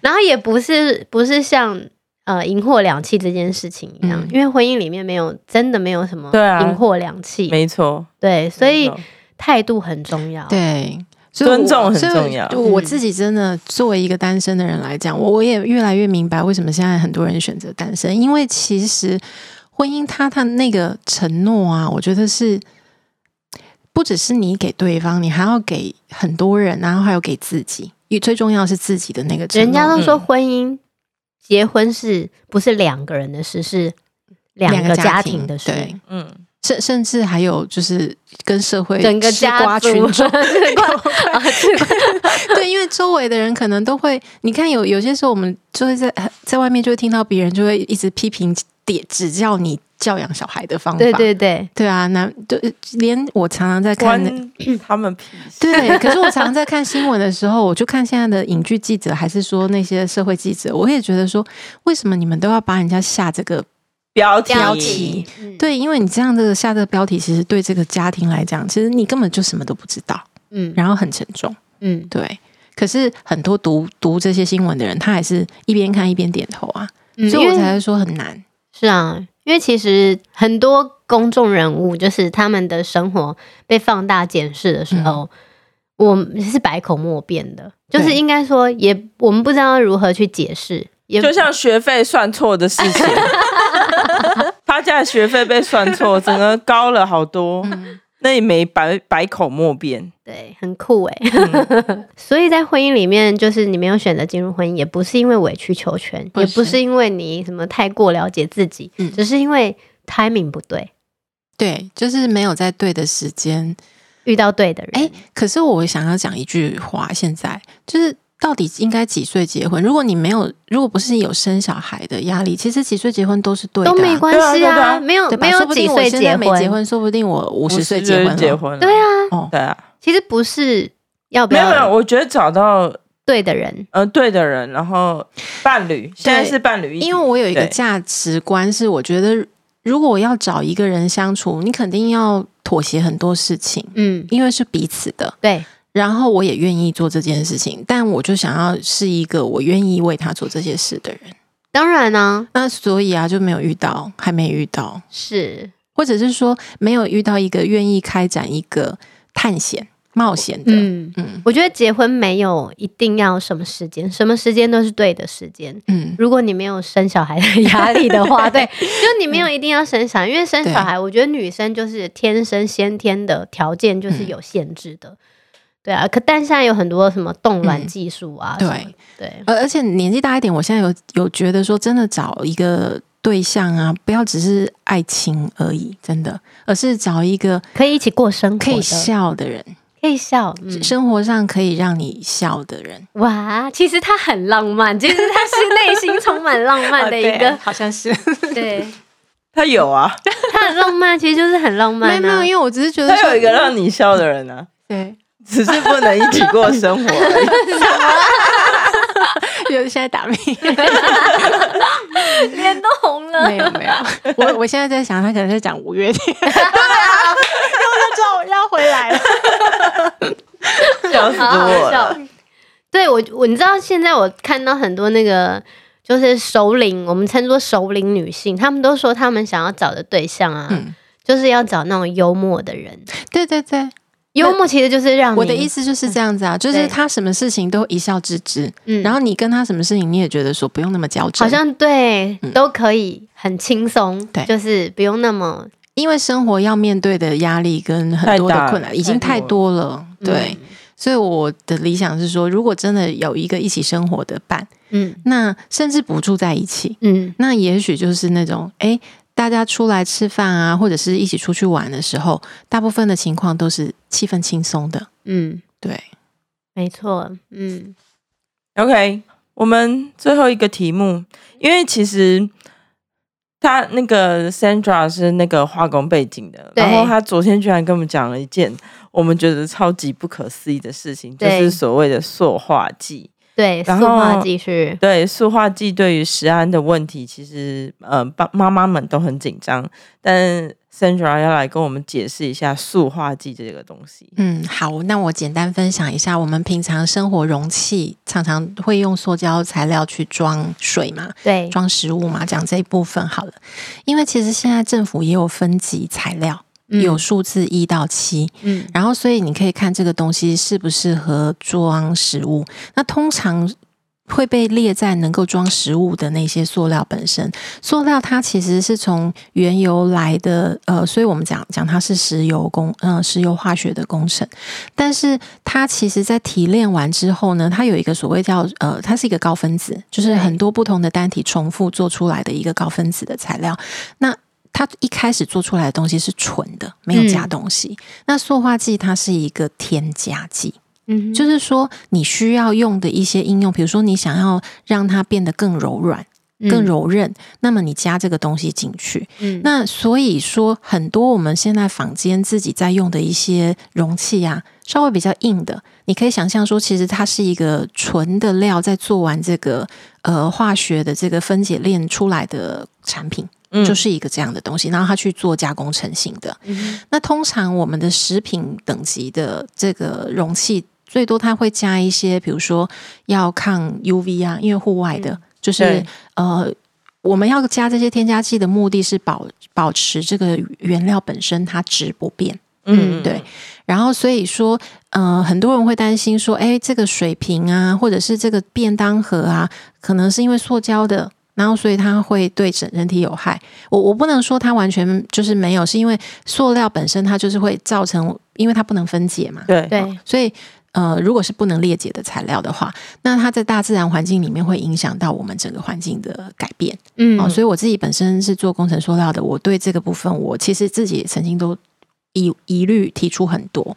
然后也不是不是像呃赢货两气这件事情一样，嗯因为婚姻里面没有真的没有什么对啊赢货两气，没错，对，所没以错态度很重要。 对，所以我尊重很重要所以我嗯自己真的作为一个单身的人来讲，我我也越来越明白为什么现在很多人选择单身，因为其实婚姻它它那个承诺啊，我觉得是不只是你给对方，你还要给很多人，然后还有给自己，也最重要是自己的那个承诺。人家都说嗯婚姻、结婚是不是两个人的事，是两两个家家庭的事，对，嗯，甚甚至还有就是跟社会整个吃瓜家族群众 哦吃 瓜啊吃瓜对，因为周围的人可能都会，你看有有些时候我们就会在在外面就会听到别人就会一直批评点指教你教养小孩的方法， 对对对，对啊，那对连我常常在看那。关他们屁事。对，可是我常常在看新闻的时候，我就看现在的影剧记者，还是说那些社会记者，我也觉得说，为什么你们都要把人家下这个嗯标题，标题嗯，对？因为你这样的下这个标题，其实对这个家庭来讲，其实你根本就什么都不知道，嗯然后很沉重。嗯，对，可是很多读读这些新闻的人，他还是一边看一边点头啊，嗯所以我因为才会说很难。是啊，因为其实很多公众人物，就是他们的生活被放大检视的嗯时候，我们是百口莫辩的，就是对应该说也我们不知道如何去解释，也就像学费算错的事 情，他家的学费被算错，整个高了好多，嗯那也没百百口莫辩。对，很酷哎、嗯 所以在婚姻里面，就是你没有选择进入婚姻，也不是因为委曲求全，不也不是是因为你什么太过了解自己，嗯只是因为 timing 不对，对，就是没有在对的时间。遇到对的人。哎，可是我想要讲一句话，现在就是到底应该几岁结婚？如果你没有，如果不是有生小孩的压力，其实几岁结婚都是对的啊、都没关系对啊对啊没有对吧没有说不几定我岁现在结没婚，结婚，说不定我五十岁就结是婚结了。婚了，对啊，哦，对啊，其实不是要不没有没啊有，要我觉得找到对的人，呃对的人，然后伴侣，现在是伴侣一体，因为我有一个对价值观是，我觉得如果我要找一个人相处，你肯定要妥协很多事情，嗯，因为是彼此的。对，然后我也愿意做这件事情，但我就想要是一个我愿意为他做这些事的人。当然呢、那所以啊，就没有遇到，还没遇到，是，或者是说没有遇到一个愿意开展一个探险、冒险的。嗯嗯，嗯我觉得结婚没有一定要什么时间，什么时间都是对的时间。 嗯如果你没有生小孩的压力的话，对，就你没有一定要生嗯小孩，因为生小孩，我觉得女生就是天生先天的条件就是有限制嗯的，对啊。可但现在有很多什么冻卵技术啊，嗯什么对，而而且年纪大一点，我现在有有觉得说，真的找一个对象啊，不要只是爱情而已，真的，而是找一个可以一起过生活的，可以笑的人，可以笑，嗯，生活上可以让你笑的人。哇，其实他很浪漫，其实他是内心充满浪漫的一 啊对个啊，好像是对他有 啊，他很浪漫，其实就是很浪漫、没啊，有没有，因为我只是觉得他有一说，个让你笑的人啊，对，只是不能一起过生 活而已。 有现在打屁，脸都红 了，没有 没有，我我现在在想，他可能在讲五月天，对啊，又知道我要回来了，笑死好好我了！啊笑。对我，我你知道现在我看到很多那个就是首领，我们称作首领女性，她们都说她们想要找的对象啊，嗯就是要找那种幽默的人。 对对对，幽默其实就是让我的意思，思就是这样子啊，就是他什么事情都一笑置之，嗯然后你跟他什么事情，你也觉得说不用那么较真，好像对、嗯都可以很轻松，对就是不用那么因为生活要面对的压力跟很多的困太大难了已经太多了，嗯嗯对。所以我的理想是说，如果真的有一个一起生活的伴，嗯那甚至不住在一起，嗯那也许就是那种诶，大家出来吃饭啊，或者是一起出去玩的时候，大部分的情况都是气氛轻松的，嗯，对，没错，嗯 OK，我们最后一个题目，因为其实他那个 Sandra 是那个化工背景的，对然后他昨天居然跟我们讲了一件我们觉得超级不可思议的事情，就对是所谓的塑化剂。对，塑然化后剂是对，塑化剂对于食安的问题，其实呃，爸妈妈们都很紧张，但 Sandra 要来跟我们解释一下塑化剂这个东西。嗯，好，那我简单分享一下，我们平常生活容器常常会用塑胶材料去装水嘛，对，装食物嘛，讲这一部分好了。因为其实现在政府也有分级材料，有数字一到七、嗯然后所以你可以看这个东西适不适合装食物。那通常会被列在能够装食物的那些塑料本身。塑料它其实是从原油来的，呃，所以我们讲讲它是石油工，嗯、石油化学的工程。但是它其实在提炼完之后呢，它有一个所谓叫呃，它是一个高分子，就是对很多不同的单体重复做出来的一个高分子的材料。那它一开始做出来的东西是纯的，没有加嗯东西。那塑化剂它是一个添加剂，嗯，就是说你需要用的一些应用，比如说你想要让它变得更柔软、更柔韧，那么你加这个东西进去，嗯，那所以说，很多我们现在坊间自己在用的一些容器啊，稍微比较硬的，你可以想象说，其实它是一个纯的料在做完这个呃化学的这个分解链出来的产品，嗯就是一个这样的东西，然后它去做加工成型的。嗯那通常我们的食品等级的这个容器，最多它会加一些，比如说要抗 UV 啊，因为户外的，嗯就是对呃，我们要加这些添加剂的目的是保保持这个原料本身它质不变。嗯，对，然后所以说，呃，很多人会担心说，哎，这个水瓶啊，或者是这个便当盒啊，可能是因为塑胶的。然后，所以它会对整人体有害。我我不能说它完全就是没有，是因为塑料本身它就是会造成，因为它不能分解嘛，对对，所以呃，如果是不能裂解的材料的话，那它在大自然环境里面会影响到我们整个环境的改变。嗯哦，所以我自己本身是做工程塑料的，我对这个部分，我其实自己也曾经都疑疑虑提出很多，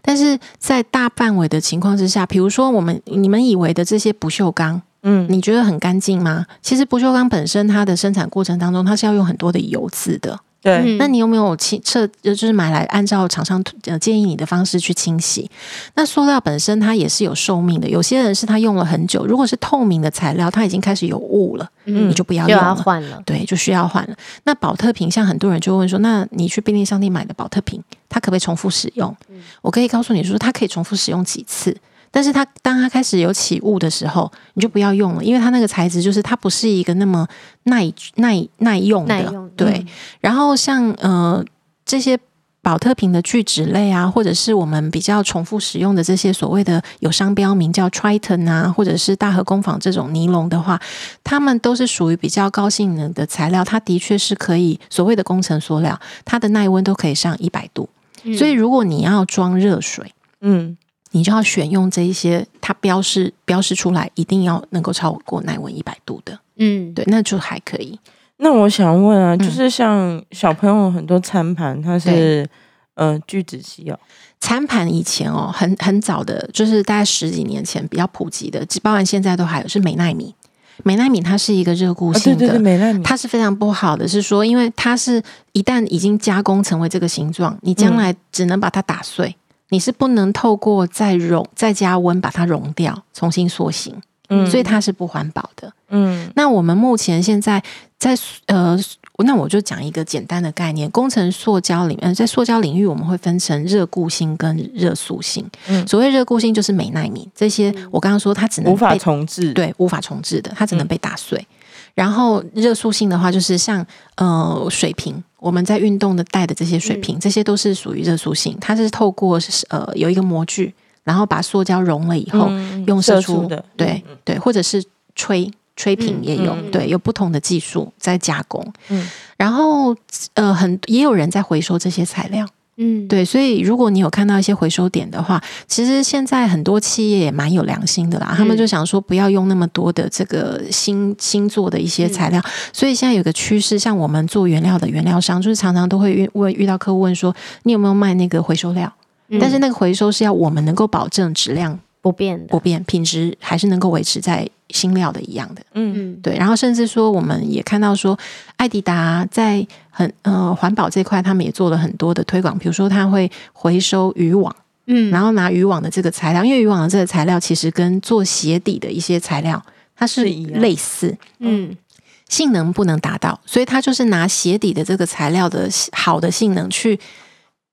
但是在大范围的情况之下，比如说我们你们以为的这些不锈钢，嗯你觉得很干净吗？其实不锈钢本身它的生产过程当中，它是要用很多的油渍的，嗯对，那你有没有清彻就是买来按照厂商呃建议你的方式去清洗？那塑料本身它也是有寿命的，有些人是他用了很久，如果是透明的材料，它已经开始有雾了，嗯你就不要就用要了。换了，对，就需要换了。那保特瓶，像很多人就问说，那你去便利商店买的保特瓶，它可不可以重复使用？嗯我可以告诉你说，它可以重复使用几次。但是它当它开始有起雾的时候，你就不要用了，因为它那个材质就是它不是一个那么耐耐耐用的，耐用嗯的对。然后像呃这些保特瓶的聚酯类啊，或者是我们比较重复使用的这些所谓的有商标名叫 Triton 啊，或者是大和工坊这种尼龙的话，它们都是属于比较高性能的材料，它的确是可以所谓的工程塑料，它的耐温都可以上一百度。嗯所以如果你要装热水，嗯你就要选用这一些它标示标示出来，一定要能够超过耐温一百度的，嗯，对，那就还可以。那我想问啊，嗯就是像小朋友很多餐盘，它是呃聚酯烯哦，餐盘以前哦，很很早的，就是大概十几年前比较普及的，包含现在都还有是美奈米。美奈米它是一个热固啊性对的，对对，美奈米，它是非常不好的，是说因为它是一旦已经加工成为这个形状，你将嗯来只能把它打碎，你是不能透过再溶再加温把它溶掉，重新塑形，嗯所以它是不环保的。嗯那我们目前现在在呃，那我就讲一个简单的概念，工程塑胶里面，呃在塑胶领域我们会分成热固性跟热塑性。嗯所谓热固性就是美耐米这些，我刚刚说它只能无法被重置，嗯对无法重置的，它只能被打碎。然后热塑性的话，就是像呃水瓶，我们在运动的带的这些嗯水瓶，这些都是属于热塑性，它是透过呃有一个模具，然后把塑胶溶了以后，嗯，用射射出的，对对，或者是吹吹瓶嗯也有，嗯对，有不同的技术在加工。嗯，然后呃，很也有人在回收这些材料，嗯，对，所以如果你有看到一些回收点的话，其实现在很多企业也蛮有良心的嗯啦，他们就想说不要用那么多的这个新新做的一些材嗯料，所以现在有个趋势，像我们做原料的原料商，就是常常都会遇问遇到客户问说，你有没有卖那个回收料？嗯，但是那个回收是要我们能够保证质量不变不的，变，品质还是能够维持在新料的一样的。嗯嗯，对，然后甚至说，我们也看到说，艾迪达在很呃环保这块，他们也做了很多的推广，比如说他会回收渔网，嗯，然后拿渔网的这个材料，因为渔网的这个材料其实跟做鞋底的一些材料它是是一样类似，嗯性能不能达到，所以它就是拿鞋底的这个材料的好的性能去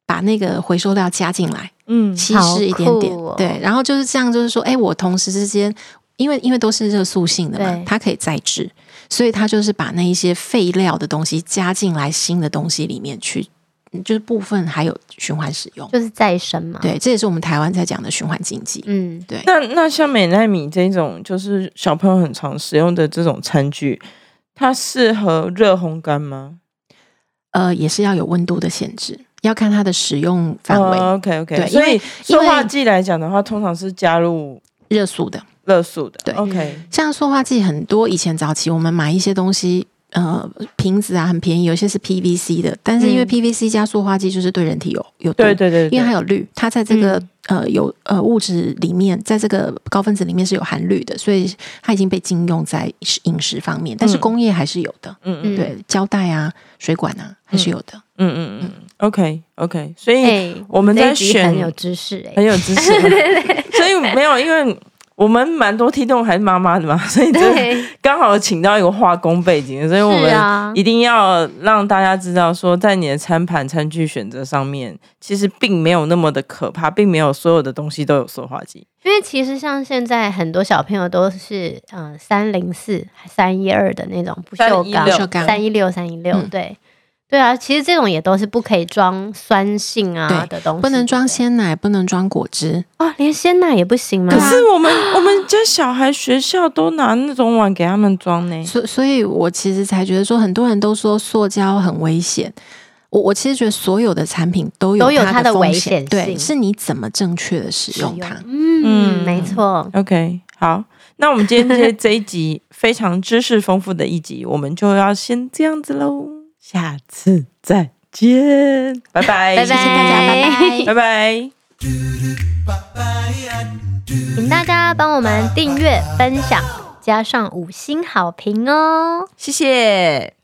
把那个回收料加进来。嗯稀释一点点，好酷哦对，然后就是这样，就是说，哎，我同时之间，因为因为都是热塑性的嘛对，它可以再制，所以它就是把那一些废料的东西加进来新的东西里面去，嗯就是部分还有循环使用。就是再生嘛。，对，这也是我们台湾在讲的循环经济。嗯，对，那那像美奈米这种，就是小朋友很常使用的这种餐具，它适合热烘干吗？呃，也是要有温度的限制，要看它的使用范围，哦 o k OK，对哦所因以为塑因为化剂来讲的话，通常是加入热速的。热素的。对 OK，像塑化剂很多，以前早期我们买一些东西，呃，瓶子啊很便宜，有些是 PVC 的，但是因为嗯 PVC 加塑化剂就是对人体有有毒对对对对，因为它有氯，它在这个、呃有呃物质里面，在这个高分子里面是有含氯的，所以它已经被禁用在饮饮食方面，但是嗯工业还是有的，嗯嗯对，胶带啊、水管啊还是有的。嗯嗯嗯，OK OK，所以、哎、我们这一在集选很有知识哎、 很有知识嘛， 所以没有，因为我们蛮多听众还是妈妈的嘛，所以这对，刚好请到一个化工背景的，所以我是们啊，一定要让大家知道说，在你的餐盘、餐具选择上面，其实并没有那么的可怕，并没有所有的东西都有塑化剂。因为其实像现在很多小朋友都是嗯三零四、三一二的那种不锈316不锈钢、钢三一六、三一六，嗯对对啊，其实这种也都是不可以装酸性啊的东西，不能装对鲜奶，不能装果汁，不对啊，连鲜奶也不行吗可？是我们我们家小孩学校都拿那种碗给他们装呢。所所以，我其实才觉得说，很多人都说塑胶很危险。我我其实觉得所有的产品都有都有它它的风危险险对，性是你怎么正确的使用它。嗯，嗯没错， OK，好，那我们今天 这这一集非常知识丰富的一集，我们就要先这样子喽，下次再见，拜拜拜，拜，哎谢谢大家，拜拜。拜拜。请大家帮我们订阅、分享，加上五星好评哦。谢谢。